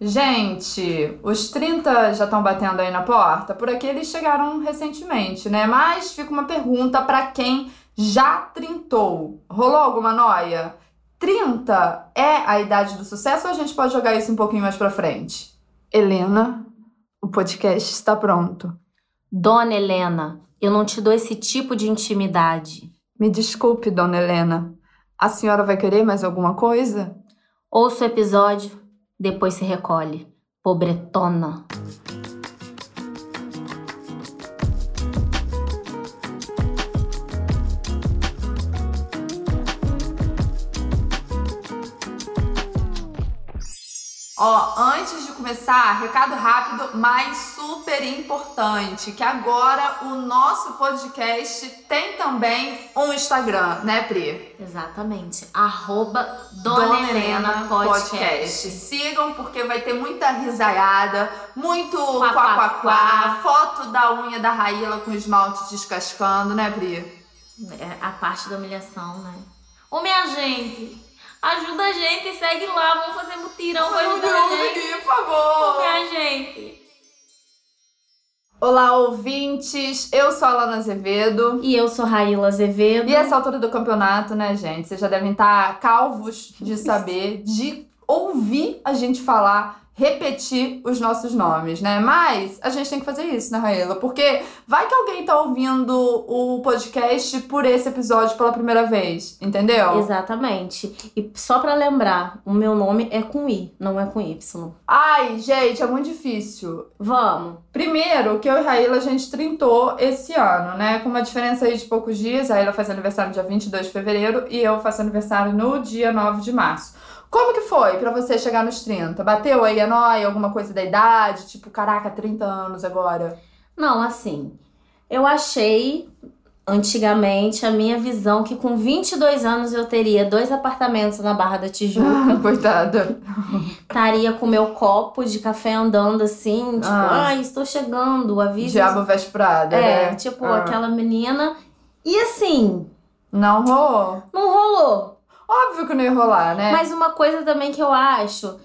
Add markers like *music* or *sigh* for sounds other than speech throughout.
Gente, os 30 já estão batendo aí na porta? Por aqui eles chegaram recentemente, né? Mas fica uma pergunta para quem já trintou. Rolou alguma noia? 30 é a idade do sucesso ou a gente pode jogar isso um pouquinho mais pra frente? Helena, o podcast está pronto. Dona Helena, eu não te dou esse tipo de intimidade. Me desculpe, dona Helena. A senhora vai querer mais alguma coisa? Ouça o episódio, depois se recolhe. Pobretona. Ó, antes de começar, recado rápido, mas super importante, que agora o nosso podcast tem também um Instagram, né, Pri? Exatamente. Arroba Dona, Helena, podcast. Sigam porque vai ter muita risaiada, muito Quá, quá, quá-quá-quá, foto da unha da Raíla com esmalte descascando, né, Pri? É a parte da humilhação, né? Ô, minha gente, ajuda a gente, segue lá, vamos fazer mutirão pra Ai, ajudar a Deus, gente. por favor! Ô, minha gente. Olá, ouvintes! Eu sou a Lana Azevedo. E eu sou Raíla Azevedo. E essa altura do campeonato, né, gente? Vocês já devem estar calvos de saber, de ouvir a gente falar, repetir os nossos nomes, né? Mas a gente tem que fazer isso, né, Raela? Porque vai que alguém tá ouvindo o podcast por esse episódio pela primeira vez, entendeu? Exatamente. E só pra lembrar, o meu nome é com I, não é com Y. Ai, gente, é muito difícil. Vamos. Primeiro, que eu e Raíla a gente trintou esse ano, né? Com uma diferença aí de poucos dias. A Raíla faz aniversário no dia 22 de fevereiro e eu faço aniversário no dia 9 de março. Como que foi pra você chegar nos 30? Bateu aí a nóia, alguma coisa da idade? Tipo, caraca, 30 anos agora. Não, assim, eu achei antigamente a minha visão que com 22 anos eu teria dois apartamentos na Barra da Ah. Tijuca. *laughs* Coitada. estaria com meu copo de café andando assim, tipo, Ah. ai, estou chegando, avisa. Diabo vesprada, é, né? tipo, Ah. aquela menina. E assim, Não rolou. não rolou. Óbvio que não ia rolar, né? Mas uma coisa também que eu acho,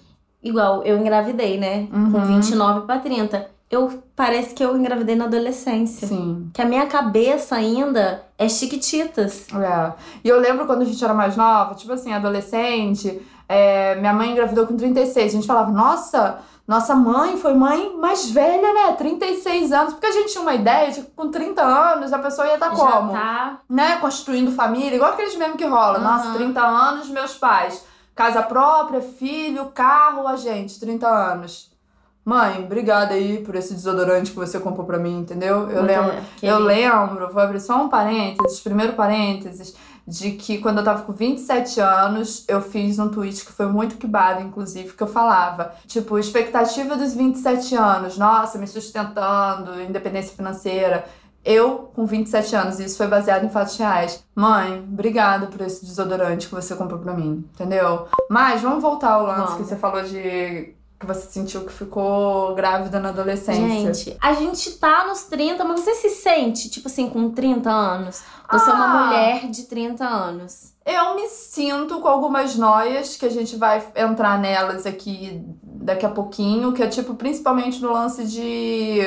igual eu engravidei, né? Com Uhum. 29 pra 30. Eu parece que eu engravidei na adolescência. Sim. Que a minha cabeça ainda é chiquititas. É. E eu lembro quando a gente era mais nova, tipo assim, adolescente, é, minha mãe engravidou com 36. A gente falava, nossa, nossa mãe foi mãe mais velha, né? 36 anos. Porque a gente tinha uma ideia de que com 30 anos a pessoa ia estar como? Já tá. Né? Constituindo família, igual aqueles mesmo que rola. Uhum. Nossa, 30 anos, meus pais. Casa própria, filho, carro, a gente, 30 anos. Mãe, obrigada aí por esse desodorante que você comprou pra mim, entendeu? Eu Muito lembro. aquele- Eu lembro, vou abrir só um parênteses, primeiro parênteses, de que quando eu tava com 27 anos, eu fiz um tweet que foi muito quibado, inclusive, que eu falava, tipo, expectativa dos 27 anos, nossa, me sustentando, independência financeira. Eu, com 27 anos, e isso foi baseado em fatos reais. Mãe, obrigada por esse desodorante que você comprou pra mim, entendeu? Mas vamos voltar ao lance que Vamos. você falou de que você sentiu que ficou grávida na adolescência. Gente, a gente tá nos 30, mas você se sente, tipo assim, com 30 anos? Você é Ah! uma mulher de 30 anos. Eu me sinto com algumas noias que a gente vai entrar nelas aqui daqui a pouquinho, que é tipo, principalmente no lance de.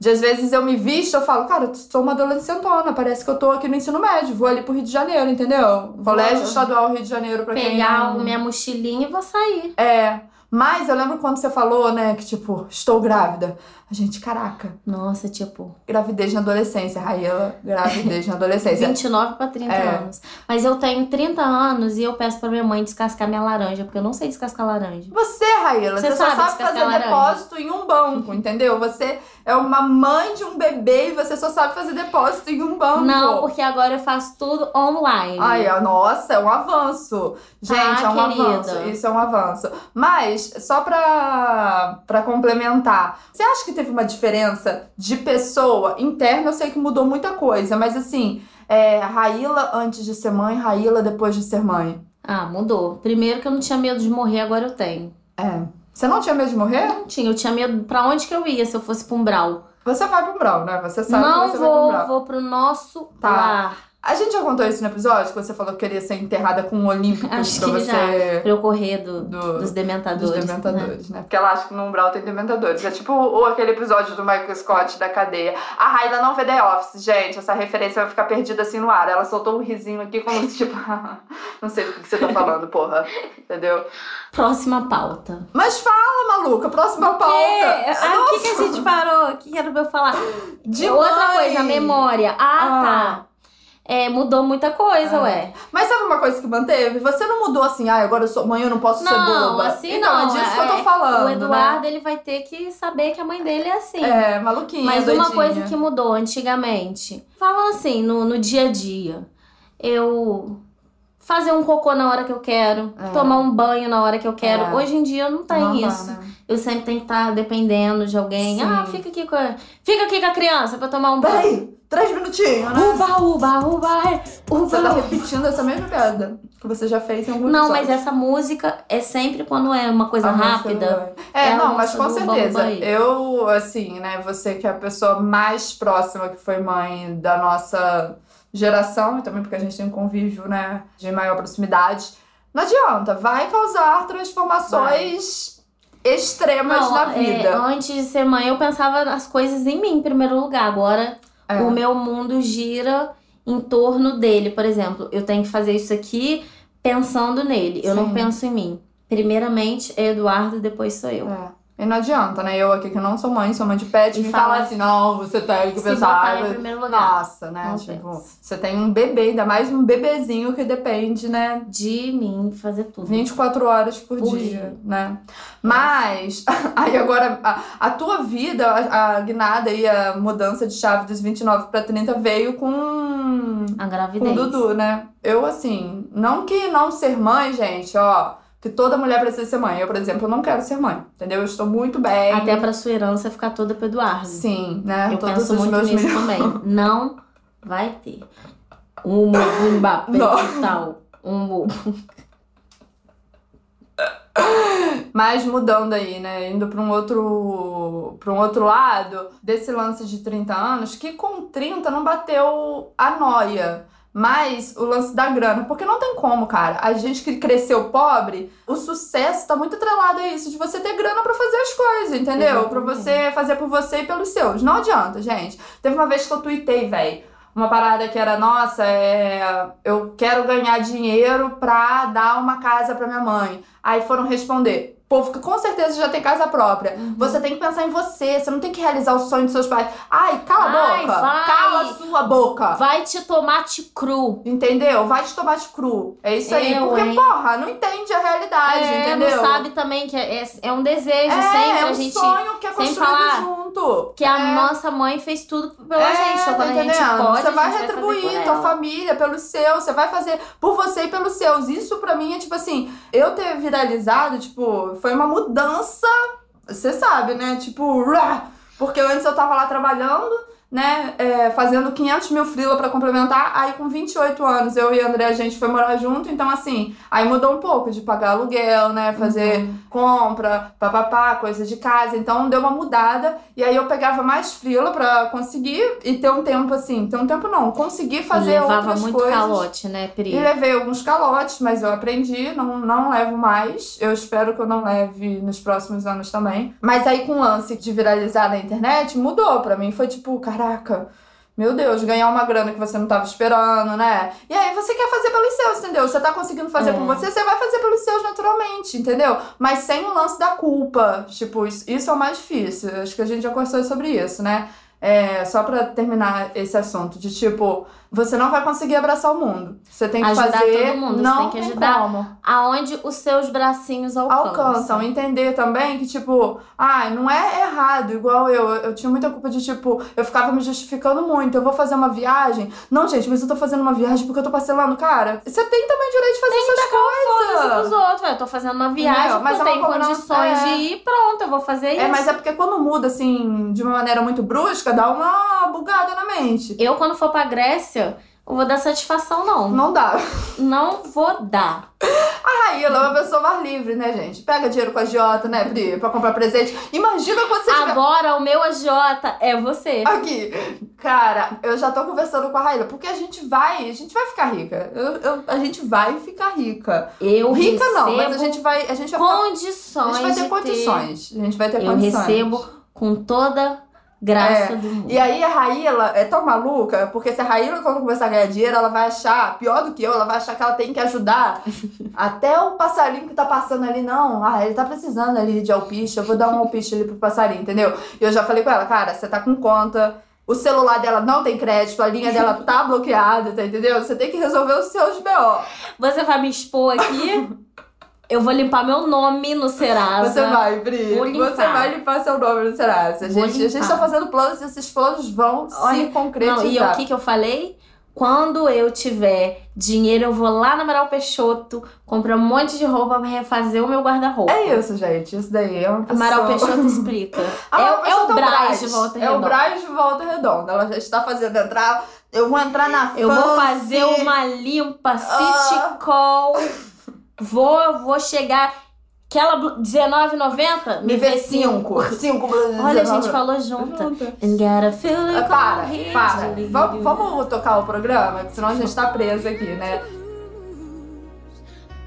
De às vezes eu me visto, eu falo, cara, eu sou uma adolescentona, parece que eu tô aqui no ensino médio, vou ali pro Rio de Janeiro, entendeu? Colégio Estadual Rio de Janeiro pra quem. Pegar minha mochilinha e vou sair. É. Mas eu lembro quando você falou, né, que tipo, estou grávida. A gente, caraca, Nossa, tipo, gravidez na adolescência, Raíla, gravidez na adolescência. 29 pra 30 É. anos. Mas eu tenho 30 anos e eu peço pra minha mãe descascar minha laranja, porque eu não sei descascar laranja. Você, Raíla, você, Você só sabe sabe descascar fazer laranja. depósito em um banco, entendeu? Você é uma mãe de um bebê e você só sabe fazer depósito em um banco. Não, porque agora eu faço tudo online. Ai, ó, nossa, é um avanço. Gente, Ah, é um querida. avanço. Isso é um avanço. Mas, só pra, pra complementar, você acha que teve uma diferença de pessoa interna? Eu sei que mudou muita coisa, mas assim, é, Raíla antes de ser mãe, Raíla depois de ser mãe. Ah, mudou. Primeiro que eu não tinha medo de morrer, agora eu tenho. É. Você não tinha medo de morrer? Não tinha, eu tinha medo pra onde que eu ia se eu fosse pra um brau. Você vai pro Brau, né? Você sabe não que você vai pro vou, Brau. vou pro nosso Tá. lar. A gente já contou isso no episódio, que você falou que queria ser enterrada com um olímpico pra Acho que já. você. Pra eu correr do, Do- dos Dos dementadores. né? dementadores, né? Porque ela acha que no umbral tem dementadores. É tipo o, aquele episódio do Michael Scott da cadeia. A Raila não vê The Office, gente. Essa referência vai ficar perdida assim no ar. Ela soltou um risinho aqui como se tipo... *laughs* não sei do que você tá falando, porra. Entendeu? Próxima pauta. Mas fala, maluca. Próxima É, pauta. ah, o que, que a gente parou? O que que era pra eu falar? De Outra mãe. coisa, a memória. Ah, tá. É, mudou muita coisa, Ah. ué. Mas sabe uma coisa que manteve? Você não mudou assim, ah, agora eu sou mãe, eu não posso ser Não, boba. assim então, não, é disso que eu tô é, falando. o Eduardo, ele vai ter que saber que a mãe dele é assim. Né? É, maluquinha. Mas doidinha. uma coisa que mudou antigamente. Falam assim, no, no dia a dia. Eu fazer um cocô na hora que eu quero, É. tomar um banho na hora que eu quero. É. Hoje em dia não tem Não dá, Tá isso. né? Eu sempre tenho que estar dependendo de alguém. Sim. Ah, fica aqui com a... Fica aqui com a criança pra tomar um banho. Peraí, três minutinhos, né? Uba, uba, uba, é, uba. Você tá repetindo essa mesma piada que você já fez em algum Não, mas episódio. essa música é sempre quando é uma coisa A música rápida. do- É, É a não, mas música com do certeza. Bambuí. Eu, assim, né, você que é a pessoa mais próxima que foi mãe da nossa geração, e também porque a gente tem um convívio, né, de maior proximidade, não adianta, vai causar transformações extremas Não, na é, vida. antes de ser mãe, eu pensava nas coisas em mim em primeiro lugar. Agora, É. o meu mundo gira em torno dele. Por exemplo, eu tenho que fazer isso aqui pensando nele. Eu não Sim. penso em mim. Primeiramente é Eduardo, depois sou eu. É. E não adianta, né? Eu aqui que não sou mãe, sou mãe de pet, E me fala- fala assim, não, você tem que Se botar pensar. em primeiro lugar. Nossa, né? Não tipo, penso. você tem um bebê, ainda mais um bebezinho que depende, né? De mim fazer tudo. 24 horas por, Por dia, dia. né? Mas, *laughs* aí agora, a, a tua vida, a, a guinada e a mudança de chave dos 29 pra 30 veio com, A com o gravidez. Dudu, né? Eu, assim, não que não ser mãe, gente, ó, que toda mulher precisa ser mãe. Eu, por exemplo, eu não quero ser mãe, entendeu? Eu estou muito bem. Até pra sua herança ficar toda pro Eduardo. É. Sim, né? Eu Todos penso os muito meus nisso milhões. também. *laughs* Não vai ter. Um bumba Não. tal. Um mu- *laughs* Mas mudando aí, né? Indo pra um outro para um outro lado desse lance de 30 anos, que com 30 não bateu a noia. Mas o lance da grana, porque não tem como, cara. A gente que cresceu pobre, o sucesso tá muito atrelado a isso, de você ter grana pra fazer as coisas, entendeu? Pra Exatamente. você fazer por você e pelos seus. Não adianta, gente. Teve uma vez que eu tuitei, véi, uma parada que era, nossa, é... eu quero ganhar dinheiro pra dar uma casa pra minha mãe. Aí foram responder. Povo que com certeza já tem casa própria. Uhum. Você tem que pensar em você, você não tem que realizar o sonho dos seus pais. Ai, cala a Vai, boca! vai. Cala a sua boca! Vai te tomate cru. Entendeu? Vai de tomate cru. É isso aí. Eu, Porque, hein? porra, não entende a realidade, é, entendeu? não sabe também que é, é- é um desejo é, sempre é um a gente. sonho que é sem construído falar junto. Que a é. nossa mãe fez tudo pela É, gente. tá Então, quando a gente entendendo? você pode, a gente vai fazer por retribuir tua ela. família pelo seu, você vai fazer por você e pelos seus. Isso pra mim é tipo assim, eu ter viralizado, tipo, foi uma mudança, você sabe, né? Tipo, rá! porque antes eu tava lá trabalhando, né, é, fazendo 500 mil frila pra complementar, aí com 28 anos eu e a André, a gente foi morar junto, então assim, aí mudou um pouco de pagar aluguel, né, Uhum. fazer compra, papapá, coisa de casa. Então deu uma mudada. E aí eu pegava mais frila pra conseguir e ter um tempo assim. Ter um tempo não, conseguir fazer Levava outras muito coisas. calote, né, Pri? E levei alguns calotes, mas eu aprendi, não, não levo mais. Eu espero que eu não leve nos próximos anos também. Mas aí com o lance de viralizar na internet, mudou pra mim. Foi tipo, caraca, meu Deus, ganhar uma grana que você não tava esperando, né? E aí você quer fazer pelos seus, entendeu? Você tá conseguindo fazer É. por você, você vai fazer pelos seus naturalmente, entendeu? Mas sem o lance da culpa. Tipo, isso, isso é o mais difícil. Acho que a gente já conversou sobre isso, né? É, só pra terminar esse assunto, de tipo, você não vai conseguir abraçar o mundo. Você tem que Ajudar fazer. todo mundo, você não tem que ajudar. como. Aonde os seus bracinhos alcançam. Alcançam. Entender também que, tipo, ah, não é errado, igual eu. Eu eu tinha muita culpa de, tipo, eu ficava me justificando muito. Eu vou fazer uma viagem. Não, gente, mas eu tô fazendo uma viagem porque eu tô parcelando. Cara, você tem também o direito de fazer suas Foda-se coisas. pros outros. ué, Eu tô fazendo uma viagem, Não, então. mas eu é uma tenho cobrança, condições é. de ir, pronto, eu vou fazer isso. É, mas é porque quando muda, assim, de uma maneira muito brusca, dá uma bugada na mente. Eu, quando for pra Grécia, eu vou dar satisfação, não. Não dá. Não vou dar. A Raíla é uma pessoa mais livre, né, gente? Pega dinheiro com a Jota, né, Bri? Pra comprar presente. Imagina quando você tiver... Agora o meu agiota é você. Aqui, cara, eu já tô conversando com a Raíla, porque a gente vai, a gente vai ficar rica. Eu, eu- a gente vai ficar rica. Eu rica não, mas a recebo gente vai, a gente vai ficar- a gente condições vai de ter condições. A gente vai ter Eu condições. recebo com toda graça do mundo. É. E aí a Raíla é tão maluca, porque se a Raíla quando começar a ganhar dinheiro, ela vai achar, pior do que eu, ela vai achar que ela tem que *laughs* ajudar até o passarinho que tá passando ali, não, ah, ele tá precisando ali de alpiste, eu vou dar um alpiste ali pro passarinho, entendeu? E eu já falei com ela, cara, você tá com conta, o celular dela não tem crédito, a linha dela *laughs* tá bloqueada, tá entendeu? Você tem que resolver os seus BO. Você vai me *laughs* expor aqui? eu vou limpar meu nome no Serasa. Você vai, Bri. Vou limpar. Você vai limpar seu nome no Serasa. A Vou gente, a gente limpar. tá fazendo planos e esses planos vão se Olha, concretizar. Não, e o que, que eu falei? Quando eu tiver dinheiro, eu vou lá na Amaral Peixoto, comprar um monte de roupa pra refazer o meu guarda-roupa. É isso, gente. Isso daí é uma pessoa... Amaral Peixoto *laughs* explica. Ah, é, mas o- é o tá Braz de volta É o redonda. Braz de volta redonda. Ela já está fazendo entrar... Eu vou entrar na eu vou fancy. fazer uma limpa Ah. City Call. Vou, vou chegar. Aquela blu- 19,90? Me vê cinco. Cinco. Olha, a gente falou junto. And get a feeling Ah, Para, called here para. to leave Vamos, you. vamos tocar o programa? Senão a gente tá presa aqui, né?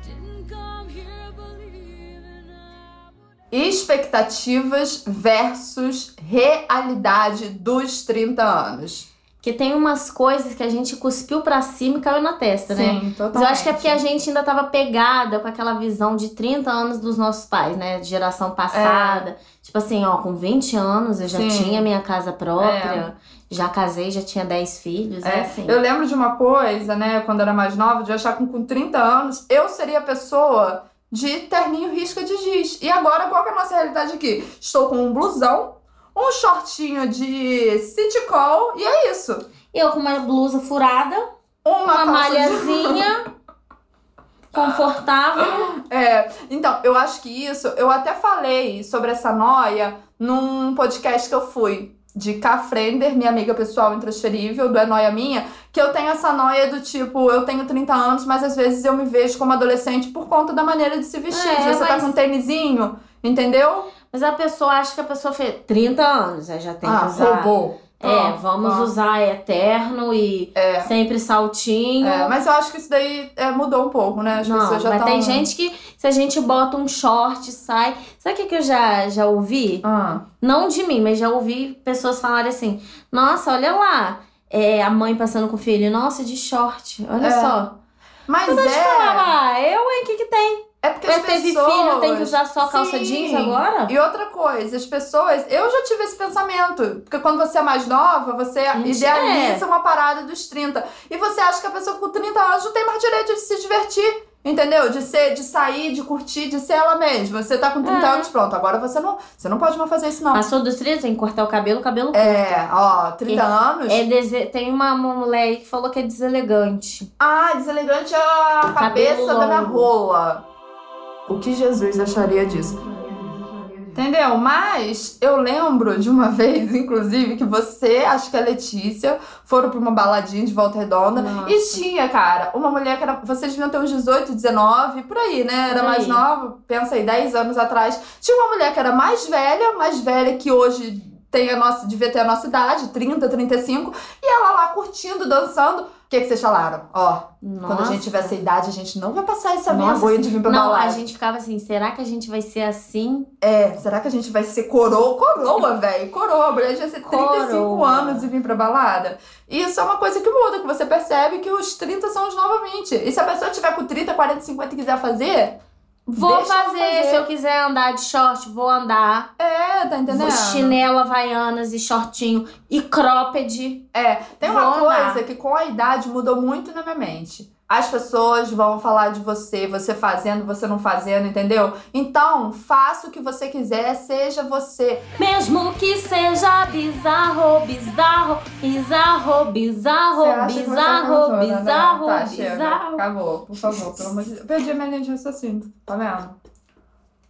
Didn't come here believing I would Expectativas versus realidade dos 30 anos. Porque tem umas coisas que a gente cuspiu pra cima e caiu na testa, né? totalmente. Mas eu acho que é porque a gente ainda tava pegada com aquela visão de 30 anos dos nossos pais, né? De geração passada. Tipo assim, ó, com 20 anos eu já É. Sim. tinha minha casa própria, já casei, já tinha 10 filhos, é, É, assim. Eu lembro de uma coisa, né, quando eu era mais nova, de achar que com 30 anos eu seria a pessoa de terninho risca de giz. E agora, qual que é a nossa realidade aqui? Estou com um blusão, um shortinho de city call e é isso. Eu com uma blusa furada, Uma, uma calça de- malhazinha, *laughs* confortável. É, então, eu acho que isso, eu até falei sobre essa noia num podcast que eu fui. De Cafrender, minha amiga pessoal intransferível, do É Noia Minha, que eu tenho essa noia do tipo, eu tenho 30 anos, mas às vezes eu me vejo como adolescente por conta da maneira de se vestir. É, Você tá mas- com um tênisinho, entendeu? Mas a pessoa acha que a pessoa fez 30 anos, aí já tem ah, que usar. roubou. É, Ah, vamos ah. usar eterno e É. sempre saltinho. É, mas eu acho que isso daí é, mudou um pouco, né? As Não, pessoas mas já tão- tem gente que se a gente bota um short, sai. Sabe o que, que eu já, já ouvi? Ah, Não de mim, mas já ouvi pessoas falarem assim: nossa, olha lá. É, a mãe passando com o filho, nossa, de short, olha É. só. Mas Mas é. falar, eu, hein, o que, que tem? É porque Eu as teve pessoas... filho, tem que usar só calça Sim. jeans agora? E outra coisa, as pessoas. Eu já tive esse pensamento. Porque quando você é mais nova, você Gente, é. idealiza uma parada dos 30. E você acha que a pessoa com 30 anos não tem mais direito de se divertir. Entendeu? De ser, de sair, de curtir, de ser ela mesma. Você tá com 30 É. anos, pronto. Agora você não. Você não pode mais fazer isso, não. Passou dos 30, tem que cortar o cabelo, o cabelo. É, ó, 30 anos. É dese- Tem uma, uma mulher aí que falou que é deselegante. Ah, deselegante é a cabeça da minha longo. rola. O que Jesus acharia disso? Entendeu? Mas eu lembro de uma *laughs* vez, inclusive, que você, acho que a Letícia, foram pra uma baladinha de volta redonda. Nossa. E tinha, cara, uma mulher que era. Vocês deviam ter uns 18, 19, por aí, né? Era Por mais aí. nova, pensa aí, 10 anos atrás. Tinha uma mulher que era mais velha, mais velha que hoje tem a nossa, devia ter a nossa idade, 30, 35, e ela lá curtindo, dançando. O que, que vocês falaram? Ó, quando a gente tiver essa idade, a gente não vai passar essa Nossa. vergonha de vir pra Não, balada. a gente ficava assim, será que a gente vai ser assim? É, será que a gente vai ser coroa? Coroa, velho. Coroa, a mulher já ser 35 Coroa. anos e vir pra balada. E isso é uma coisa que muda, que você percebe que os 30 são os novos 20. E se a pessoa tiver com 30, 40, 50 e quiser fazer, Vou Deixa ela fazer, fazer. se eu quiser andar de short, vou andar. é, tá entendendo? Vou chinela, havaianas e shortinho e cropped. É, tem uma Vou coisa andar. que com a idade mudou muito na minha mente. As pessoas vão falar de você, você fazendo, você não fazendo, entendeu? Então, faça o que você quiser, seja você. Mesmo que seja bizarro, bizarro, bizarro, bizarro, Você acha que você é bizarro, cantora, né? bizarro, tá, chega. bizarro. Acabou, por favor, pelo amor de Deus. Perdi a minha linha de raciocínio, tá vendo?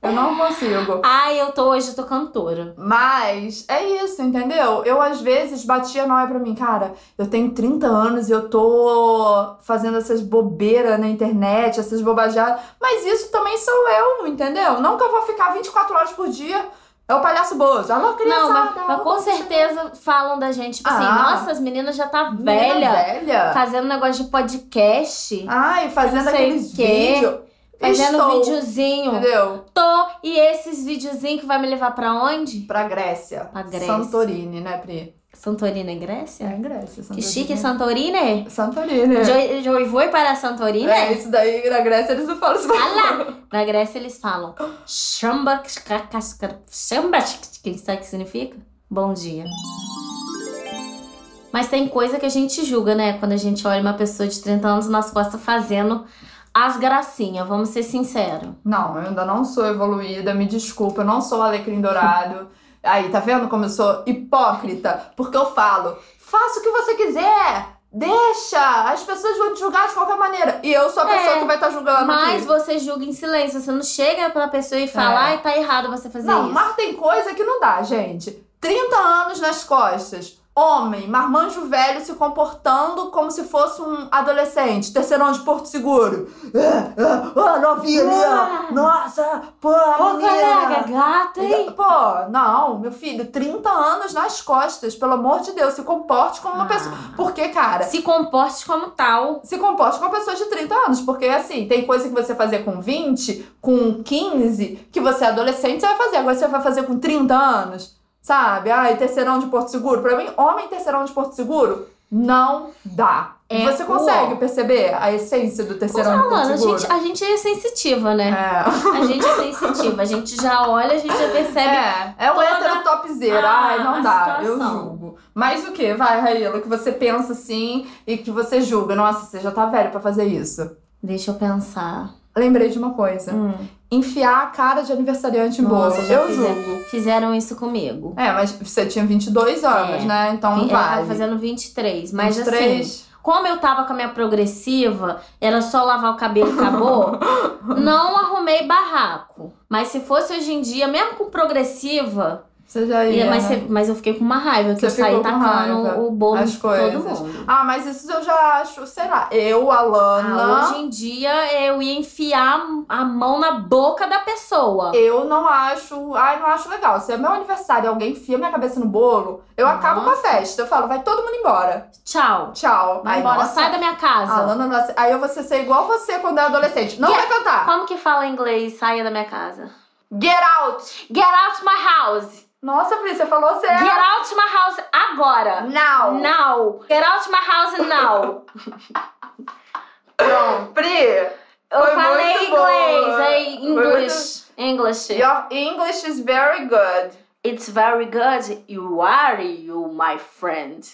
Eu não consigo. Ai, eu tô hoje, eu tô cantora. Mas é isso, entendeu? Eu às vezes batia nóia pra mim, cara, eu tenho 30 anos e eu tô fazendo essas bobeiras na internet, essas bobajadas. Mas isso também sou eu, entendeu? Nunca vou ficar 24 horas por dia. É o palhaço Bozo. Alô, criançada! Não, mas, mas alô, com criançada. certeza falam da gente, tipo assim, tá Ah. nossa, as meninas já tá Menina velha, velha. fazendo negócio de podcast, Ai, fazendo Não sei aqueles o quê. vídeos. fazendo Ah, Estou, videozinho. Entendeu? Tô, e esses videozinhos que vai me levar pra onde? Pra Grécia. Pra Grécia. Santorini, né, Pri? Santorini, é É Grécia? Grécia, Santorini. Que chique, Santorini. Santorini. Jo- Jo vou para Santorini? É, isso daí na Grécia eles não falam isso. Ah Alá! Na Grécia eles falam chamba, chamba, que sabe o que significa? Bom dia. Mas tem coisa que a gente julga, né? Quando a gente olha uma pessoa de 30 anos nas costas fazendo as gracinhas, vamos ser sinceros. Não, eu ainda não sou evoluída, me desculpa, eu não sou alecrim dourado. Aí, tá vendo como eu sou hipócrita? Porque eu falo, faça o que você quiser, deixa, as pessoas vão te julgar de qualquer maneira. E eu sou a pessoa É, que vai estar julgando. Mas aqui. você julga em silêncio, você não chega pra pessoa e fala, É. ai, tá errado você fazer Não, isso. mas tem coisa que não dá, gente. 30 anos nas costas, homem, marmanjo velho se comportando como se fosse um adolescente, terceirão de Porto Seguro. Ah, ah, ah, novinha ali, ó. Ah. Nossa, pô, a Ô, menina. colega, gata, hein? Pô, não, meu filho, 30 anos nas costas, pelo amor de Deus, se comporte como uma Ah. pessoa. Porque, cara, Se comporte como tal. se comporte como uma pessoa de 30 anos, porque assim, tem coisa que você fazer com 20, com 15, que você é adolescente, você vai fazer, agora você vai fazer com 30 anos, sabe? Ai, terceirão de Porto Seguro. Pra mim, homem terceirão de Porto Seguro não dá. É, você pô. consegue perceber a essência do terceirão de Porto Mano, tá a Seguro? gente, a gente é sensitiva, né? um É, A gente é sensitiva, a gente já olha, a gente já percebe. é, é o toda hétero topzera. a- Ai, não a dá, eu situação. julgo. Mas o que, vai, Raíla, que você pensa assim e que você julga? Nossa, você já tá velho pra fazer isso. Deixa eu pensar. Lembrei de uma coisa. enfiar a cara Hum, de aniversariante em Nossa, bolsa. já Eu fizeram. julgo. Fizeram isso comigo. É, mas você tinha 22 anos, É. né? Então não Eu tava vale. fazendo 23, mas assim, 23. como eu tava com a minha progressiva, era só lavar o cabelo *laughs* e acabou, não arrumei barraco. Mas se fosse hoje em dia, mesmo com progressiva, Você já ia. ia- mas, né? se- mas eu fiquei com uma raiva, que Você eu saí ficou com raiva. tacando o bolo As de todo coisas. mundo. Ah, mas isso eu já acho, sei lá, eu, a Lana. Ah, hoje em dia eu ia enfiar a mão na boca da pessoa. Eu não acho. Ai, não acho legal. Se é meu aniversário e alguém enfia minha cabeça no bolo, eu acabo com a festa. Eu falo, vai todo mundo embora. Tchau. Tchau. Vai Aí, embora, nossa, sai da minha casa. a Lana não ace- Aí eu vou ser igual você quando é adolescente. Não vai cantar. Como que fala em inglês? Saia da minha casa. Get out! Get out my house. Nossa, Pri, você falou certo. Get out my house agora. Now! Now. Get out my house *laughs* now. Pronto. Pri! Eu Foi falei muito boa. inglês, é English. English. Your English is very good. It's very good. You are you, my friend.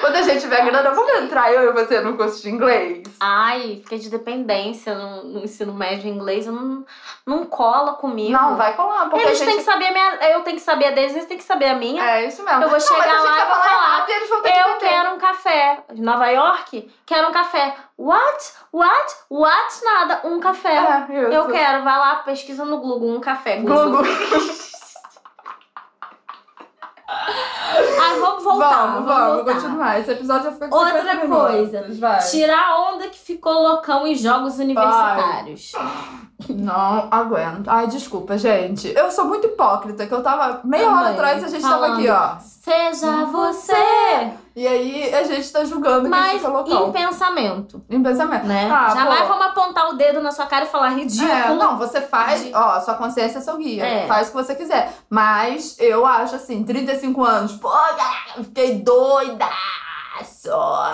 Quando a gente tiver grana, vamos entrar eu e você no curso de inglês? Ai, fiquei de dependência no, no ensino médio em inglês. eu Não, não cola comigo. Não, vai colar, porque Eles a têm gente... que saber a minha. Eu tenho que saber a deles, eles têm que saber a minha. É isso mesmo. Eu vou não, mas chegar a gente lá e vai vou falar falar, errado e eles vão ter que Eu entender. quero um café. De Nova York? Quero um café. What? What? What? Nada. Um café. É, isso. Eu quero. Vai lá, pesquisa no Google. Um café. Globo. Ah, vamos voltar. vamos, vamos vamos, voltar. continuar. Esse episódio já foi com Outra 50 minutos, coisa. Vai. Tirar a onda que ficou loucão em jogos universitários. Não aguento. Ai, desculpa, gente. Eu sou muito hipócrita, que eu tava meia hora Também, atrás e a gente tava falando. aqui, ó. Seja você, E aí a gente tá julgando quem mas fica loucão. em pensamento, Em pensamento. né? Ah, Jamais pô. vamos apontar o dedo na sua cara e falar É, ridículo. não, você faz, De- ó, sua consciência é seu guia. É. Faz o que você quiser. Mas eu acho assim, 35 anos, pô, galera, fiquei doida! Só.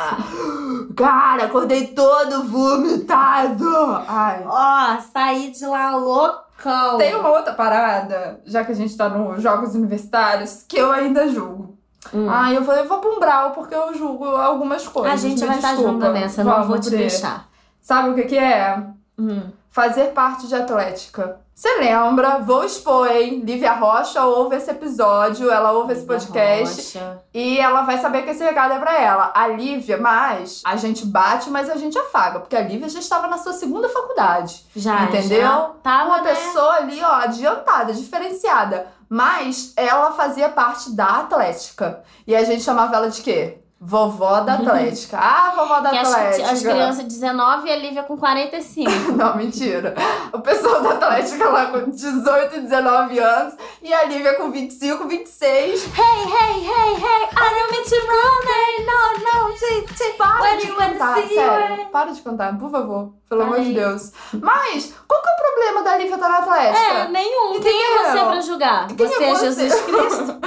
Cara, acordei todo vomitado! Ai. Ó, saí de lá loucão. Tem uma outra parada, já que a gente tá nos jogos universitários, que eu ainda julgo. Hum. Ai, eu falei, vou pra um brau, porque eu julgo algumas coisas. A gente me vai estar desculpa. junto nessa, não Vamos, vou te Pri. deixar. Sabe o que que é? Hum. Fazer parte de Atlética. Você lembra? Vou expor, hein? Lívia Rocha ouve esse episódio, ela ouve esse podcast. Rocha. E ela vai saber que esse recado é pra ela. A Lívia, mas a gente bate, mas a gente afaga, porque a Lívia já estava na sua segunda faculdade. Já, Entendeu? já tava, Uma né? pessoa ali, ó, adiantada, diferenciada. Mas ela fazia parte da Atlética. E a gente chamava ela de quê? Vovó *laughs* da Atlética. ah, vovó da Que as, Atlética. as crianças 19 e a Lívia *laughs* com 45. Não, mentira. O pessoal da Atlética lá com 18, 19 anos e a Lívia com 25, 26. Hey, hey, hey, hey, I don't mean to run it, no, no, gente. Para What de you wanna cantar, see, sério. Para de cantar, por favor. Pelo amor de Parei. Deus. Mas, qual que é o problema da Lívia estar na É, Atlética? nenhum. Quem é você Entendeu? pra julgar? Quem é Você é você? *laughs* Jesus Cristo.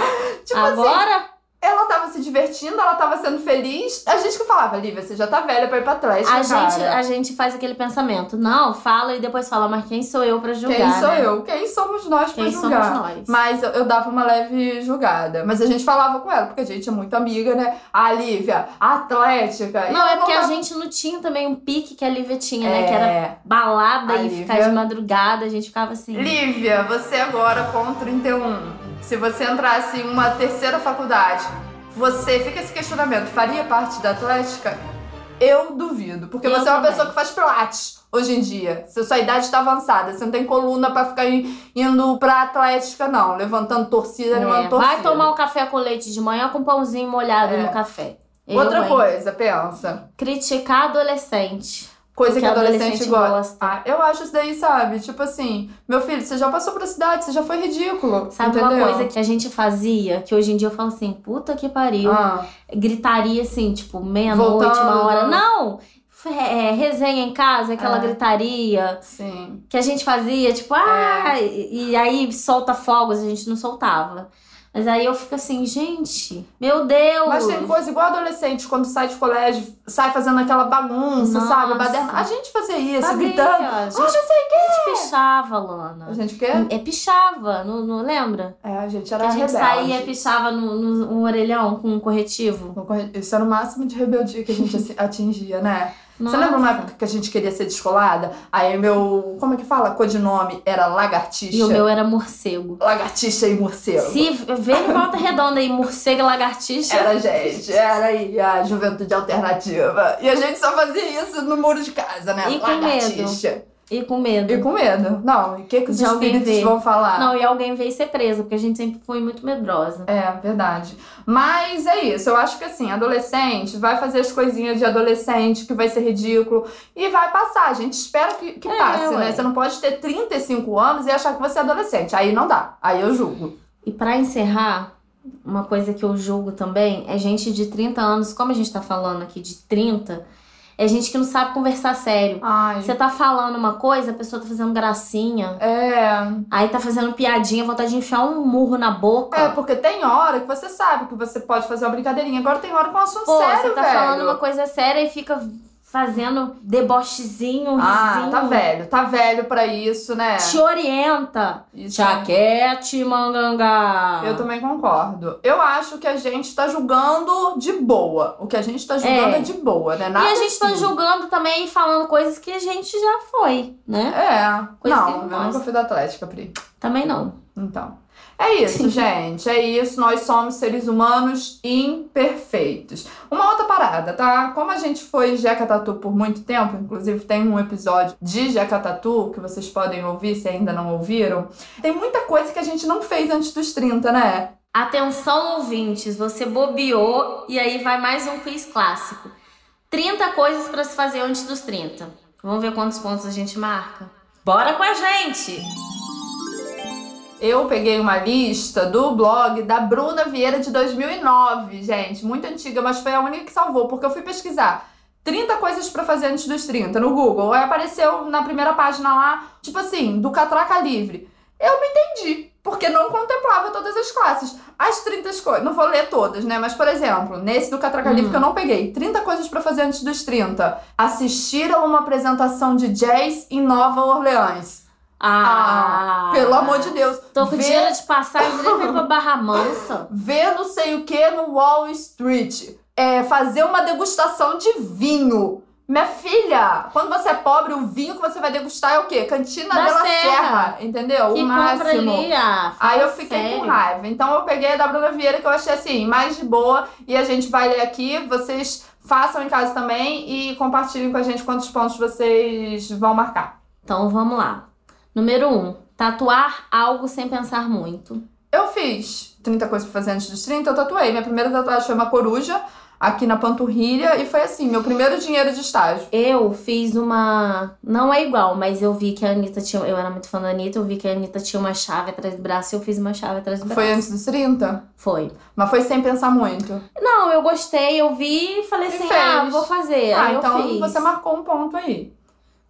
Tipo assim, Agora? ela tava se divertindo, ela tava sendo feliz. A gente que falava, Lívia, você já tá velha pra ir pra Atlética, A gente, é cara. a gente faz aquele pensamento. Não, fala e depois fala, mas quem sou eu pra julgar? Quem sou né? eu? Quem somos nós pra Quem julgar? somos nós? Mas eu, eu dava uma leve julgada. Mas a gente falava com ela, porque a gente é muito amiga, né? A Lívia, a Atlética. E Não, ela é porque a tava- gente não tinha também um pique que a Lívia tinha, É. né? Que era balada A e Lívia- ficar de madrugada, a gente ficava assim. Lívia, você agora com 31. Se você entrasse em uma terceira faculdade, você fica esse questionamento, faria parte da Atlética? Eu duvido, porque Eu você é uma também. pessoa que faz pilates hoje em dia. Se sua idade está avançada, você não tem coluna pra ficar in- indo pra Atlética, não. Levantando torcida, animando É, torcida. vai tomar um café com leite de manhã com um pãozinho molhado É. no café. um- Eu, Outra hein? coisa, pensa. Criticar adolescente. Coisa que adolescente, gosta. gosta. Ah, eu acho isso daí, sabe? Tipo assim, meu filho, você já passou pra cidade, você já foi ridículo. Sabe entendeu? uma coisa que a gente fazia, que hoje em dia eu falo assim, puta que pariu. Ah. Gritaria assim, tipo, meia-noite, Voltando. uma hora. Não! F- é, resenha em casa, aquela É. gritaria Sim. que a gente fazia, tipo, É. ah, e, e aí solta fogos, a gente não soltava. Mas aí eu fico assim, gente, meu Deus! Mas tem coisa igual adolescente, quando sai de colégio, sai fazendo aquela bagunça, Nossa. sabe? Baderna. A gente fazia isso, Fazia, gritando. A Ah, não gente, sei o a gente pichava, quê. A Lana. gente o quê? É, pichava, não, não lembra? É, a gente Que era a gente rebelde. saía e pichava no, no, um orelhão com um corretivo. No corre- Isso era o máximo de rebeldia que a gente assi- atingia, né? Você lembra uma Nossa. época que a gente queria ser descolada? Aí meu. Como é que fala? Codinome era lagartixa. E o meu era morcego. Lagartixa e morcego. Se vem em volta redonda aí, morcego e lagartixa. Era a gente, era aí a juventude alternativa. E a gente só fazia isso no muro de casa, né? E com medo. lagartixa. E com medo. E com medo. Não, e o que, que os De alguém espíritos ver. vão falar? Não, e alguém veio ser presa, porque a gente sempre foi muito medrosa. É, verdade. Mas é isso, eu acho que assim, adolescente vai fazer as coisinhas de adolescente, que vai ser ridículo, e vai passar. A gente espera que, que É, passe, ué. né? Você não pode ter 35 anos e achar que você é adolescente. Aí não dá, aí eu julgo. E pra encerrar, uma coisa que eu julgo também é gente de 30 anos, como a gente tá falando aqui de 30, é gente que não sabe conversar sério. Ai. Você tá falando uma coisa, a pessoa tá fazendo gracinha, É, aí tá fazendo piadinha, vontade de enfiar um murro na boca. é, porque tem hora que você sabe que você pode fazer uma brincadeirinha. Agora tem hora que é um assunto Pô, sério, você tá velho. falando uma coisa séria e fica fazendo debochezinho, um Ah, risinho. tá velho, tá velho pra isso, né? Te orienta. Isso é- Jaquete, mangangá. Eu também concordo. Eu acho que a gente tá julgando de boa. O que a gente tá julgando é, É. de boa, né? E Nada a gente tá assim. julgando também e falando coisas que a gente já foi, né? É. Coisa não, que não eu nunca gosta. fui da Atlética, Pri. Também não. Então. É isso, gente. É isso. Nós somos seres humanos imperfeitos. Uma outra parada, tá? Como a gente foi Jeca Tatu por muito tempo, inclusive tem um episódio de Jeca Tatu que vocês podem ouvir se ainda não ouviram. Tem muita coisa que a gente não fez antes dos 30, né? Atenção, ouvintes, você bobeou e aí vai mais um quiz clássico. 30 coisas pra se fazer antes dos 30. Vamos ver quantos pontos a gente marca. Bora com a gente! Eu peguei uma lista do blog da Bruna Vieira de 2009, gente, muito antiga, mas foi a única que salvou, porque eu fui pesquisar 30 coisas pra fazer antes dos 30 no Google. Aí apareceu na primeira página lá, tipo assim, do catraca livre. Eu me entendi, porque não contemplava todas as classes. As 30 coisas, não vou ler todas, né? Mas por exemplo, nesse do catraca livre Hum. que eu não peguei, 30 coisas pra fazer antes dos 30. Assistir a uma apresentação de jazz em Nova Orleans. Ah, Pelo amor de Deus. Tô com Ver- dinheiro de passagem, nem foi pra Barra Mansa. ver não sei o que no Wall Street, é, fazer uma degustação de vinho. Minha filha, quando você é pobre, o vinho que você vai degustar é o quê? Cantina Da da Serra. Serra. entendeu? *laughs* que o compra máximo. ali, ah, fala Aí eu fiquei sério. com raiva. Então eu peguei a da Bruna Vieira, que eu achei assim, mais de boa. E a gente vai ler aqui. Vocês façam em casa também e compartilhem com a gente quantos pontos vocês vão marcar. Então vamos lá. Número 1. Um, tatuar algo sem pensar muito. Eu fiz 30 coisas pra fazer antes dos 30, eu tatuei. Minha primeira tatuagem foi uma coruja aqui na panturrilha. E foi assim, meu primeiro dinheiro de estágio. Eu fiz uma. Não é igual, mas eu vi que a Anitta tinha. Eu era muito fã da Anitta, eu vi que a Anitta tinha uma chave atrás do braço e eu fiz uma chave atrás do braço. Foi antes dos 30? Foi. Mas foi sem pensar muito. Não, eu gostei, eu vi e falei E assim: fez. ah, vou fazer. ah, Aí então eu fiz. você marcou um ponto aí.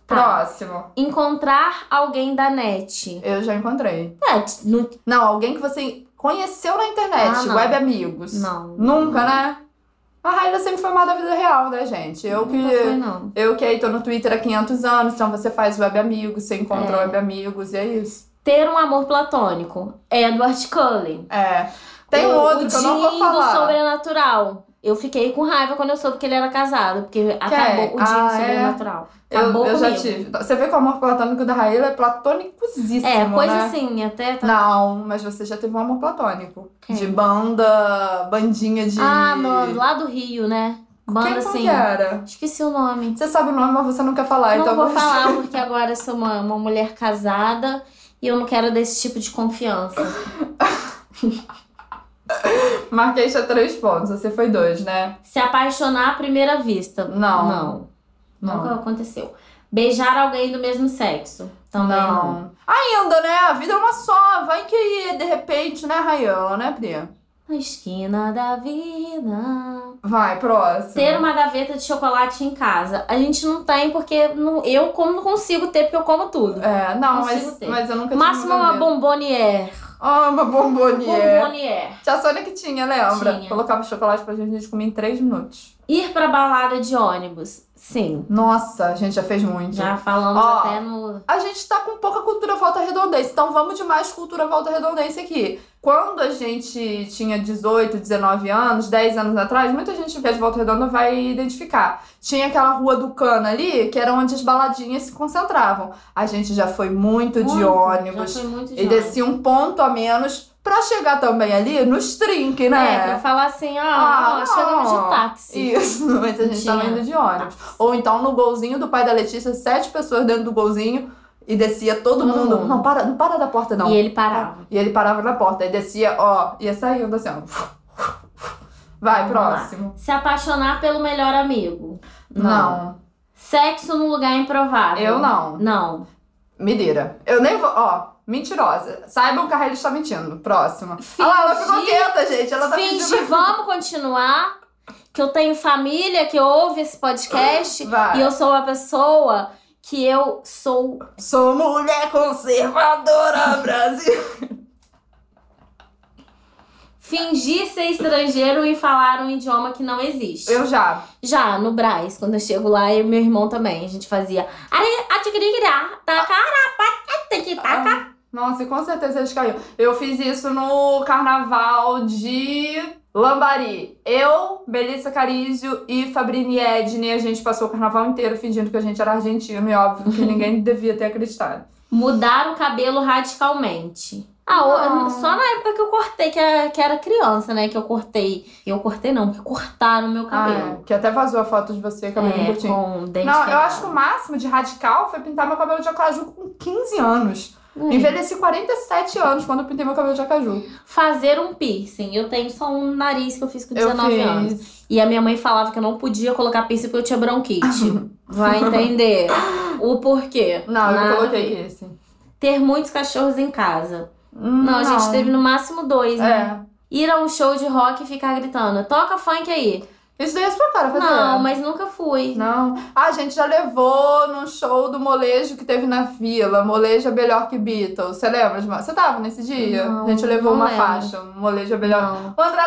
Tá. Próximo. Encontrar alguém da net. Eu já encontrei. É, t- não. Não, alguém que você conheceu na Ah, internet, não. web amigos. Não. Nunca, né? A Raíla sempre foi mal da vida real, né, gente? Eu que. Nunca foi, não. Eu que aí tô no Twitter há 500 anos, então você faz web amigos, você encontra É. web amigos, e é isso. Ter um amor platônico. Edward Cullen. É. Tem O- outro o que eu não vou Jim falar. do Sobrenatural. Eu fiquei com raiva quando eu soube que ele era casado, porque acabou o dia Ah, do é? Sobrenatural. eu Acabou eu já comigo. tive. Você vê que o amor platônico da Raíla é platonicosíssimo, É, coisa né? assim, até tá Não, mas você já teve um amor platônico. Quem? De banda, bandinha de. Ah, no, lá do Rio, né? Quem Banda foi assim. que era? Esqueci o nome. Você sabe o nome, mas você não quer falar, não então vou você- falar porque agora eu sou uma, uma mulher casada e eu não quero desse tipo de confiança. *laughs* Marquei já três pontos, você foi dois, né? Se apaixonar à primeira vista. Não. Não. Nunca aconteceu. Beijar alguém do mesmo sexo. Também não. Ainda, né? A vida é uma só. Vai que de repente, né, Raiola, né, Pri? Na esquina da vida. Vai, próximo. Ter uma gaveta de chocolate em casa. A gente não tem porque não, eu como não consigo ter porque eu como tudo. É, não, Consigo mas, ter. mas eu nunca Máximo é tive. uma bombonier. Ah, uma bombonier. Bombonier. Tia Sônia que tinha, lembra? Tinha. Colocava chocolate pra gente, a gente comia em três minutos. Ir pra balada de ônibus. Sim. Nossa, a gente já fez muito. Já falamos Ó. até no. A gente tá com pouca cultura volta redondense, então vamos de mais cultura volta redondense aqui. Quando a gente tinha 18, 19 anos, 10 anos atrás, muita gente que vê de volta redonda vai identificar. Tinha aquela rua do Cana ali, que era onde as baladinhas se concentravam. A gente já foi muito, de Muito, ônibus Já foi muito de e ônibus. descia um ponto a menos pra chegar também ali nos trinques, É, pra né? falar assim, ó, Ah, ó, chegamos não. de táxi. Isso, *laughs* mas a gente Tinha. tava indo de ônibus. Ou então no golzinho do pai da Letícia, sete pessoas dentro do golzinho e descia todo Todo mundo. mundo. Não, para, não para da porta, não. E ele parava. E ele parava na porta, aí descia, ó, ia saindo assim, ó. Vai, Vamos próximo. Se apaixonar pelo melhor amigo. Não. Sexo num lugar improvável. eu não. Não. Mentira. Eu nem vou, ó, mentirosa. Saibam que a Raíla está mentindo. Próximo. Olha lá, ela ficou Fingir- quieta, gente. Ela tá Finge, fingindo. vamos continuar. Que eu tenho família que ouve esse podcast. Vai. E eu sou uma pessoa que eu sou. Sou mulher conservadora, Brasil. Fingir ser estrangeiro e falar um idioma que não existe. Eu já. Já no Brás, quando eu chego lá, eu e meu irmão também, a gente fazia. "Are- atigirigirá, tacarapá, Ah. tiquitacá". É. Nossa, e com certeza eles caíram. Eu fiz isso no carnaval de Lambari. Eu, Belissa Carizio e Fabrini Edney, a gente passou o carnaval inteiro fingindo que a gente era argentino e óbvio que *laughs* ninguém devia ter acreditado. Mudar o cabelo radicalmente. Ah, o- Não. só na época que eu cortei, que era, que era criança, né? Que eu cortei. Eu cortei não, que cortaram meu cabelo. Ah, que até vazou a foto de você, cabelo é, curtinho. com dente Não, eu quebrado. acho que o máximo de radical foi pintar meu cabelo de acaju com 15 anos. É. Envelheci 47 anos quando eu pintei meu cabelo de acaju. Fazer um piercing. Eu tenho só um nariz que eu fiz com Eu 19 fiz. anos. E a minha mãe falava que eu não podia colocar piercing porque eu *laughs* tinha bronquite. Vai entender o porquê. Não, eu Nada não a coloquei ver. esse. Ter muitos cachorros em casa. Não, a gente teve no máximo dois, né? É. Ir a um show de rock e ficar gritando, toca funk aí. Isso daí é sua cara fazer. Não, mas nunca fui. Não. Ah, a gente já levou num show do molejo que teve na vila. Molejo é melhor que Beatles. Você lembra, Osmar? Você tava nesse dia? Não, a gente levou não uma lembro. faixa. Molejo é melhor. Não. O André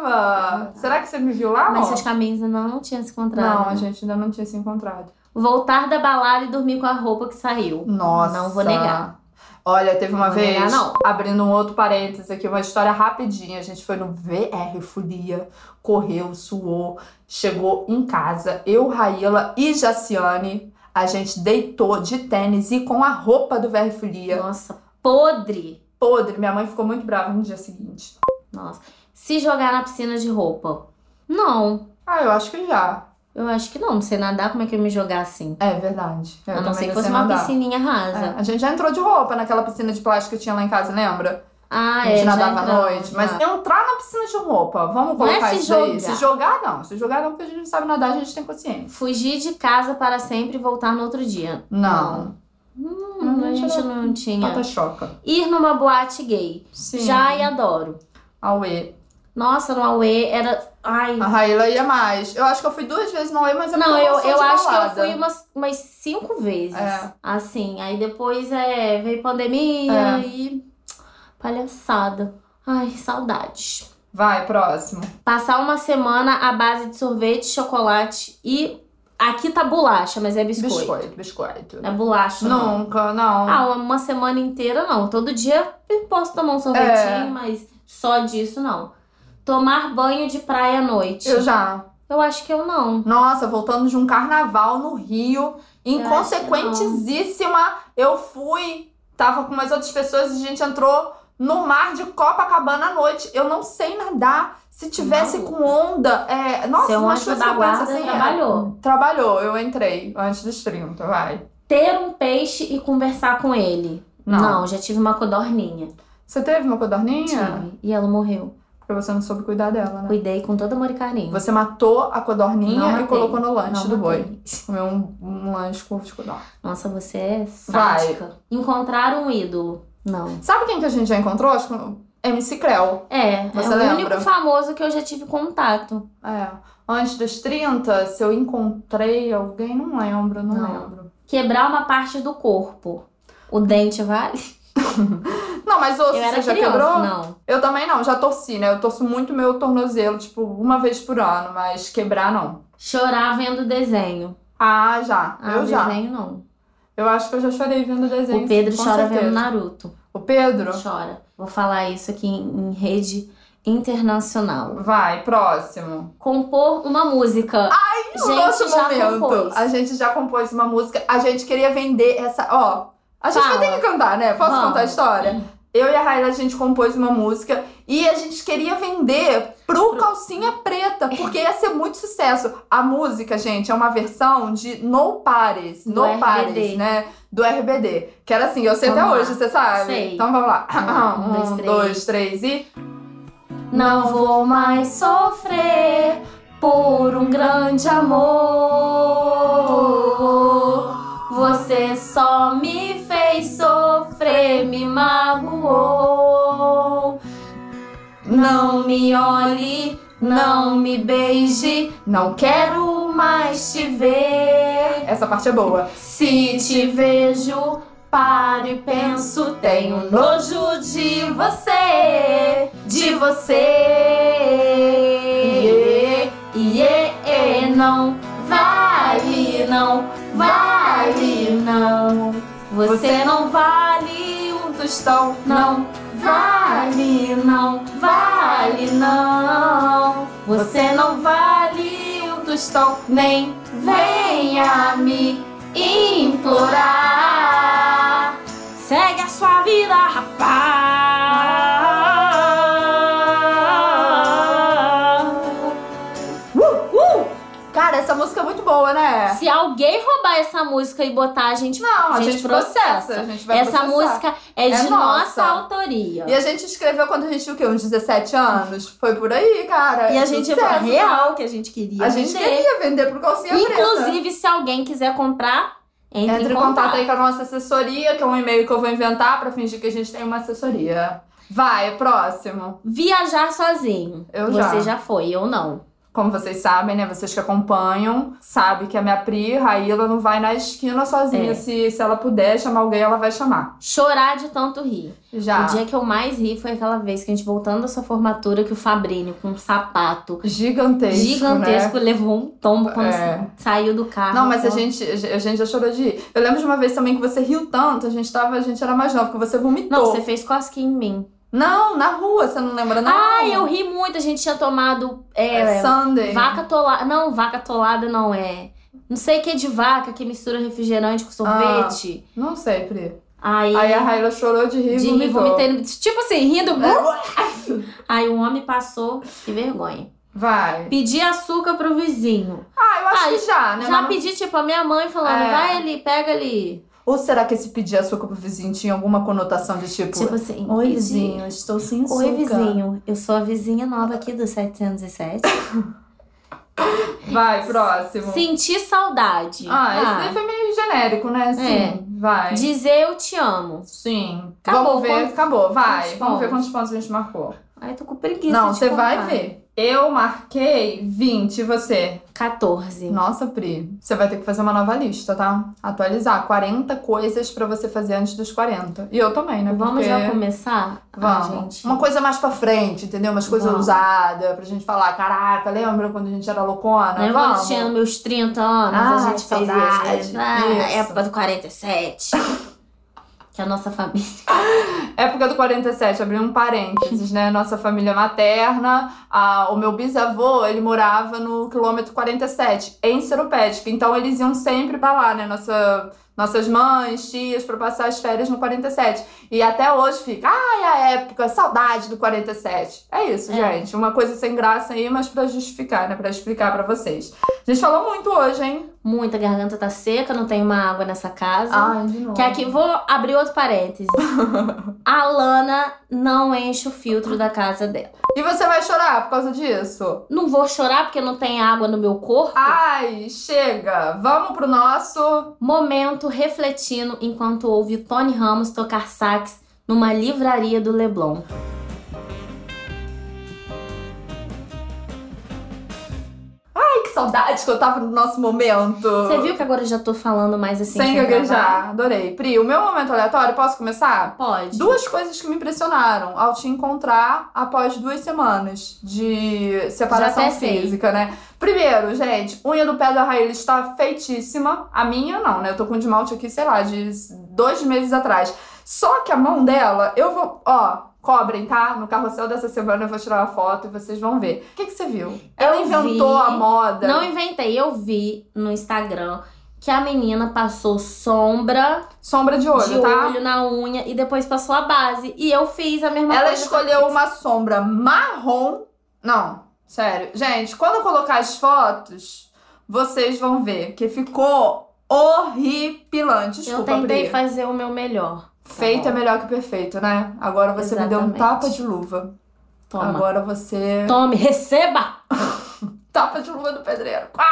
tava. Será que você me viu lá? Mas amor? suas camisas não tinham se encontrado. Tá Não, a gente ainda não tinha se encontrado. Voltar da balada e dormir com a roupa que saiu. Nossa. Não vou negar. Olha, teve uma Não vou vez, negar, não. abrindo um outro parênteses aqui, uma história rapidinha. A gente foi no VR Folia, correu, suou, chegou em casa. Eu, Raíla e Jaciane, a gente deitou de tênis e com a roupa do VR Folia. Nossa, podre. Podre, minha mãe ficou muito brava no dia seguinte. Nossa. Se jogar na piscina de roupa? Não. Ah, eu acho que já. Eu acho que não. Não sei nadar, como é que eu ia me jogar assim? É verdade. Eu a não também ser que sei fosse uma nadar. piscininha rasa. É, a gente já entrou de roupa naquela piscina de plástico que tinha lá em casa, lembra? Ah, a gente é. já Tá. nadava à entrava, noite. Mas um já. entrar na piscina de roupa, vamos Não é colocar se isso aí. jogar. Se jogar, não. Se jogar, não, porque a gente não sabe nadar, a gente tem consciência. Fugir de casa para sempre e voltar no outro dia. Não. Hum, Não, a gente era- não tinha. Pata choca. Ir numa boate gay. Sim. Já e adoro. Auê. Nossa, no Aue era. Ai. A Raíla ia mais. Eu acho que eu fui duas vezes no Auê, mas Ah, é eu não, eu, sou eu de acho que eu balada. fui umas, umas cinco vezes. É. Assim. Aí depois é, veio É. pandemia e. Palhaçada. Ai, saudades. Vai, próximo. Passar uma semana à base de sorvete, chocolate e. Aqui tá bolacha, mas é biscoito. Biscoito, biscoito. Não é bolacha. não. Nunca, não. Ah, uma semana inteira não. Todo dia eu posso tomar um sorvetinho, É. mas só disso não. Tomar banho de praia à noite. Eu já. Eu acho que eu não. Nossa, voltando de um carnaval no Rio, inconsequentezíssima, eu fui, tava com umas outras pessoas e a gente entrou no mar de Copacabana à noite. Eu não sei nadar. Se tivesse Maluca. com onda, é, nossa, Seu uma um anjo da guarda assim, né? é. trabalhou. trabalhou, eu entrei antes dos 30, vai. Ter um peixe e conversar com ele. Não. já tive uma codorninha. Você teve uma codorninha? Tive. E ela morreu. Porque você não soube cuidar dela, né? Cuidei com todo amor e carinho. Você matou a Não codorninha e matei. colocou no lanche Não do matei. boi. Comeu um, um lanche com ovo de codorna. Nossa, você é Vai. sádica. Encontrar um ídolo. Não. Sabe quem que a gente já encontrou? Acho que o MC Creu. É, Você é o lembra? único famoso que eu já tive contato. É. Antes dos 30, se eu encontrei alguém, não lembro, não, Não. lembro. Quebrar uma parte do corpo. O dente vale? Não, mas osso, eu era você já criança, quebrou? não. Eu também não, já torci, né? Eu torço muito meu tornozelo, tipo, uma vez por ano, mas quebrar não. Chorar vendo desenho. Ah, já. Ah, eu já. desenho não. Eu acho que eu já chorei vendo desenho. o Pedro sim, com chora certeza. vendo Naruto. O Pedro? Chora. Vou falar isso aqui em, em rede internacional. Vai, próximo. Compor uma música. Ai, o gente, nosso já momento. compôs. A gente já compôs uma música. A gente queria vender essa. Ó, a gente Fala. vai ter que cantar, né? Posso Vamos. contar a história? Eu e a Raíla, a gente compôs uma música e a gente queria vender pro Calcinha Preta, porque ia ser muito sucesso. A música, gente, é uma versão de No Pares, Do No RBD. Pares, né? Do RBD. Que era assim, eu sei Vamos até lá. hoje, você sabe? Sei. Então vamos lá. Um, dois, Um, três. dois, três e. Não vou mais sofrer por um grande amor. Você só me fez sofrer, me magoou. Não me olhe, não me beije, Não quer. quero mais te ver. Essa parte é boa. Se te vejo, paro e penso, tenho nojo de você, de você. Yeah, não vale, não vale, não. Você não vale um tostão, não vale, não vale, não. Você não vale um tostão, nem venha me implorar. Segue a sua vida, Uh, rapaz. Cara, essa música é muito boa, né? Se alguém roubar essa música e botar a gente, Não, a gente, processa. A gente vai essa processar. música é, É de nossa, nossa. autoria. E é a gente escreveu quando a gente tinha o quê? Uns 17 anos? Foi por aí, cara. E a gente Sucesso. tá? real que a gente queria. A gente vender. queria vender pro calcinha preta. Inclusive, se alguém quiser comprar, entre, Entre em contato aí com a nossa assessoria, que é um e-mail que eu vou inventar pra fingir que a gente tem uma assessoria. Vai, próximo. Viajar sozinho. Eu Você já. já foi, eu não. Como vocês sabem, né? Vocês que acompanham, sabe que a minha Pri, Raíla, não vai na esquina sozinha. É. Se, se ela puder chamar alguém, ela vai chamar. Chorar de tanto rir. Já. O dia que eu mais ri foi aquela vez que a gente voltando da sua formatura, que o Fabrini, com um sapato Gigantesco. né? gigantesco, levou um tombo quando É. saiu do carro. Não, mas a Então- gente, a gente já chorou de rir. Eu lembro de uma vez também que você riu tanto, a gente tava, a gente era mais nova, que você vomitou. Não, você fez cosquinha em mim. Não, na rua, você não lembra, não? Ah, eu ri muito, a gente tinha tomado é, É Sunday. vaca tolada. Não, vaca tolada não é. Não sei o que é de vaca que mistura refrigerante com sorvete. Não sei, Pri. Aí, Ah. Aí a Raíla chorou de rir e de rir, vomitou. vomitei. no- Tipo assim, rindo. É. Aí o homem passou, que vergonha. Vai. Pedi açúcar pro vizinho. Ah, eu acho Ah, que já, né? Já Mas- pedi, tipo, a minha mãe falando, É. vai ali, pega ali. Ou será que esse pedir açúcar pro vizinho tinha alguma conotação de tipo... Tipo assim. Oi, pedi- vizinho, estou sem açúcar. Oi, vizinho. Eu sou a vizinha nova aqui do 707. Vai, próximo. Senti saudade. Ah, esse daí foi meio genérico, né? Sim. É. Vai. Dizer eu te amo. Sim. Acabou, Vamos ver. quantos- Acabou, vai. quantos Vamos ver pontos? quantos pontos a gente marcou. Ai, tô com preguiça. Não, de você vai contar. ver. Eu marquei 20, e você? 14. Nossa, Pri, você vai ter que fazer uma nova lista, tá? Atualizar 40 coisas pra você fazer antes dos 40. E eu também, né? Vamos Porque- já começar? Ah, Vamos. gente. Uma coisa mais pra frente, entendeu? Umas coisas Vamos. ousadas, pra gente falar, caraca, lembra quando a gente era loucona? Lembra quando Vamos. é Ah, tinha meus 30 anos? Ai, a gente fez saudade. isso. né? Ah, Isso. época do 47. *laughs* que a nossa família. Época do 47, abri um parênteses, né? Nossa família materna, a- o meu bisavô, ele morava no quilômetro 47, em Seropédica. Então eles iam sempre pra lá, né? Nossa, nossas mães, tias, pra passar as férias no 47. E até hoje fica, ai, a época, saudade do 47. É isso, É. gente. Uma coisa sem graça aí, mas pra justificar, né? Pra explicar pra vocês. A gente falou muito hoje, hein? Muita garganta tá seca, não tem uma água nessa casa. de novo. Que aqui, vou abrir outro parênteses. a Lana não enche o filtro da casa dela. E você vai chorar por causa disso? Não vou chorar porque não tem água no meu corpo. Ah. Ai, chega! Vamos pro nosso. Momento refletindo enquanto ouve Tony Ramos tocar sax numa livraria do Leblon. Ai, que saudade que eu tava no nosso momento. Você viu que agora eu já tô falando mais assim? Sem gravar? gaguejar. Adorei. Pri, o meu momento aleatório, posso começar? Pode. Duas coisas que me impressionaram ao te encontrar após duas semanas de separação Já até sei. física, né? Primeiro, gente, unha do pé da Raíla está feitíssima. A minha não, né? Eu tô com de malte aqui, sei lá, de dois meses atrás. Só que a mão dela, eu vou. Ó, cobrem, tá? No carrossel dessa semana eu vou tirar uma foto e vocês vão ver. O que, que você viu? Ela Eu inventou vi. a moda. Não inventei, eu vi no Instagram que a menina passou sombra Sombra de olho, de tá? olho na unha e depois passou a base. E eu fiz a mesma Ela coisa. que eu escolheu fiz. uma sombra marrom. Não, sério. Gente, quando eu colocar as fotos, vocês vão ver que ficou horripilante. Eu Desculpa, tentei Pri. fazer o meu melhor. Feito é melhor que perfeito, né? Agora você me deu um Exatamente. tapa de luva. Toma. Agora você. Tome, receba! Tapa de luva do pedreiro. Quá,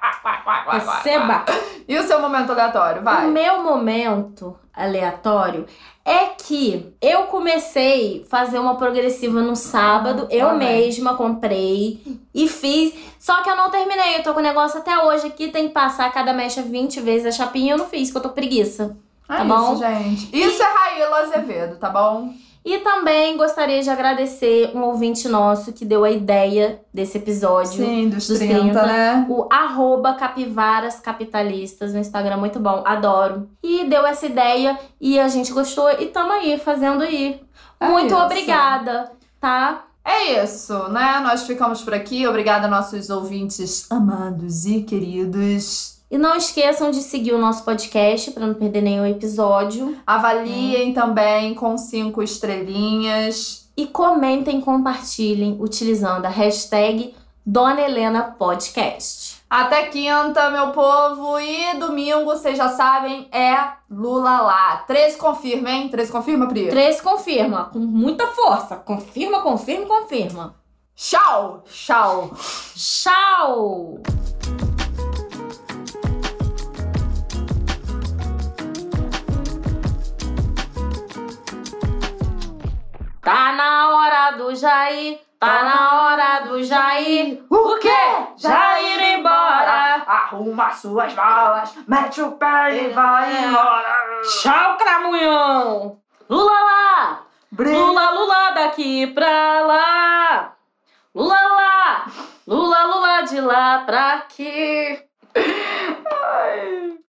quá, quá, quá, quá, quá. Receba! E o seu momento aleatório? O Vai. meu momento aleatório é que eu comecei a fazer uma progressiva no sábado, eu Amém. mesma comprei e fiz. Só que eu não terminei, eu tô com o negócio até hoje aqui, tem que passar cada mecha 20 vezes a chapinha, eu não fiz, porque eu tô com preguiça. É tá bom? isso, gente. Isso é Raíla Azevedo, tá bom? E também gostaria de agradecer um ouvinte nosso que deu a ideia desse episódio. Sim, dos, dos 30, 30. né? o arroba capivaras capitalistas no Instagram, muito bom, adoro. E deu essa ideia e a gente gostou e tamo aí, fazendo aí. É muito isso. obrigada, tá? É isso, né? Nós ficamos por aqui. Obrigada, nossos ouvintes amados e queridos. E não esqueçam de seguir o nosso podcast pra não perder nenhum episódio. Avaliem É. também com cinco estrelinhas. E comentem, compartilhem utilizando a hashtag Dona Helena Podcast. Até quinta, meu povo. E domingo, vocês já sabem, é Lula lá. 13 confirma, hein? 13 confirma, Pri? Três confirma, com muita força. Confirma, confirma, confirma. Tchau! Tchau! Tchau! Tá na hora do Jair, Tá na hora do Jair. O quê? Jair embora. É. Arruma suas malas, mete o pé e vai embora. Tchau, cramunhão. Lula lá. Brilha. Lula, Lula daqui pra lá. Lula lá. Lula, Lula de lá pra aqui.